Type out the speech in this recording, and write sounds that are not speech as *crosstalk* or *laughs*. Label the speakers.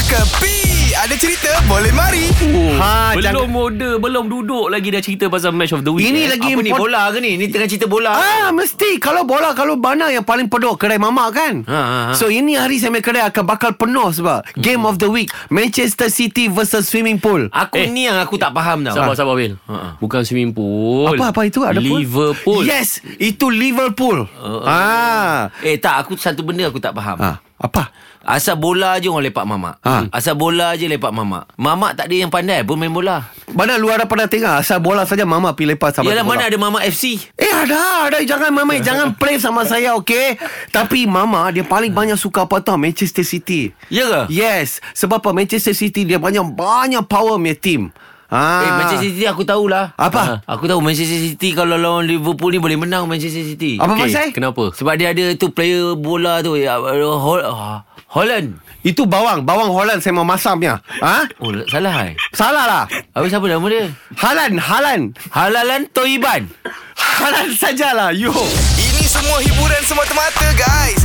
Speaker 1: Kepi Ada cerita boleh mari
Speaker 2: Oh,
Speaker 3: Ha,
Speaker 2: belum order, belum duduk lagi dah cerita pasal match of the week. eh.
Speaker 3: Ini lagi
Speaker 4: Apa ni
Speaker 3: import-
Speaker 4: bola ke ni? Ni tengah cerita bola.
Speaker 3: Ah, mesti. Kalau bola, kalau bandar yang paling penuh kedai mamak kan.
Speaker 4: Ha, ha, ha.
Speaker 3: So, ini hari saya punya kedai akan bakal penuh sebab.
Speaker 2: Hmm.
Speaker 3: Game of the week. Manchester City versus swimming pool.
Speaker 4: Aku
Speaker 2: Eh.
Speaker 4: ni yang aku tak faham tau.
Speaker 2: Sabar, sabar, Bil.
Speaker 4: Ha.
Speaker 2: Bukan swimming pool.
Speaker 3: Apa-apa itu ada pool?
Speaker 2: Liverpool.
Speaker 3: Yes, itu Liverpool. Uh, ah.
Speaker 4: Eh tak, aku satu benda aku tak faham.
Speaker 3: Ah, apa?
Speaker 4: Asal bola je orang lepak mamak.
Speaker 3: Ha.
Speaker 4: Asal bola je lepak mamak. Mamak tak ada yang pandai pun main bola.
Speaker 3: Mana luar dah pernah tengok Asal bola saja Mama pergi lepas sama
Speaker 4: Yalah mana ada mamak FC?
Speaker 3: Eh ada ada jangan
Speaker 4: *laughs*
Speaker 3: mama jangan play sama saya okey. Tapi mama dia paling banyak suka apa tau Manchester City.
Speaker 4: Ya ke?
Speaker 3: Yes, sebab apa Manchester City dia banyak banyak power punya team. Ah.
Speaker 4: Eh, Manchester City aku tahulah.
Speaker 3: Apa?
Speaker 4: Ha. Aku tahu Manchester City kalau lawan Liverpool ni boleh menang Manchester City.
Speaker 3: Apa
Speaker 2: Okey,
Speaker 3: pasal?
Speaker 2: Kenapa?
Speaker 4: Sebab dia ada tu player bola tu ya, uh, Hol- uh, Holland.
Speaker 3: Itu bawang, bawang Holland saya mau masamnya. Ha?
Speaker 4: Oh, salah eh.
Speaker 3: Salah lah.
Speaker 4: Habis siapa nama dia?
Speaker 3: Halan, Halan.
Speaker 4: Halalan Toiban.
Speaker 3: Halan sajalah. Yo.
Speaker 1: Ini semua hiburan semata-mata guys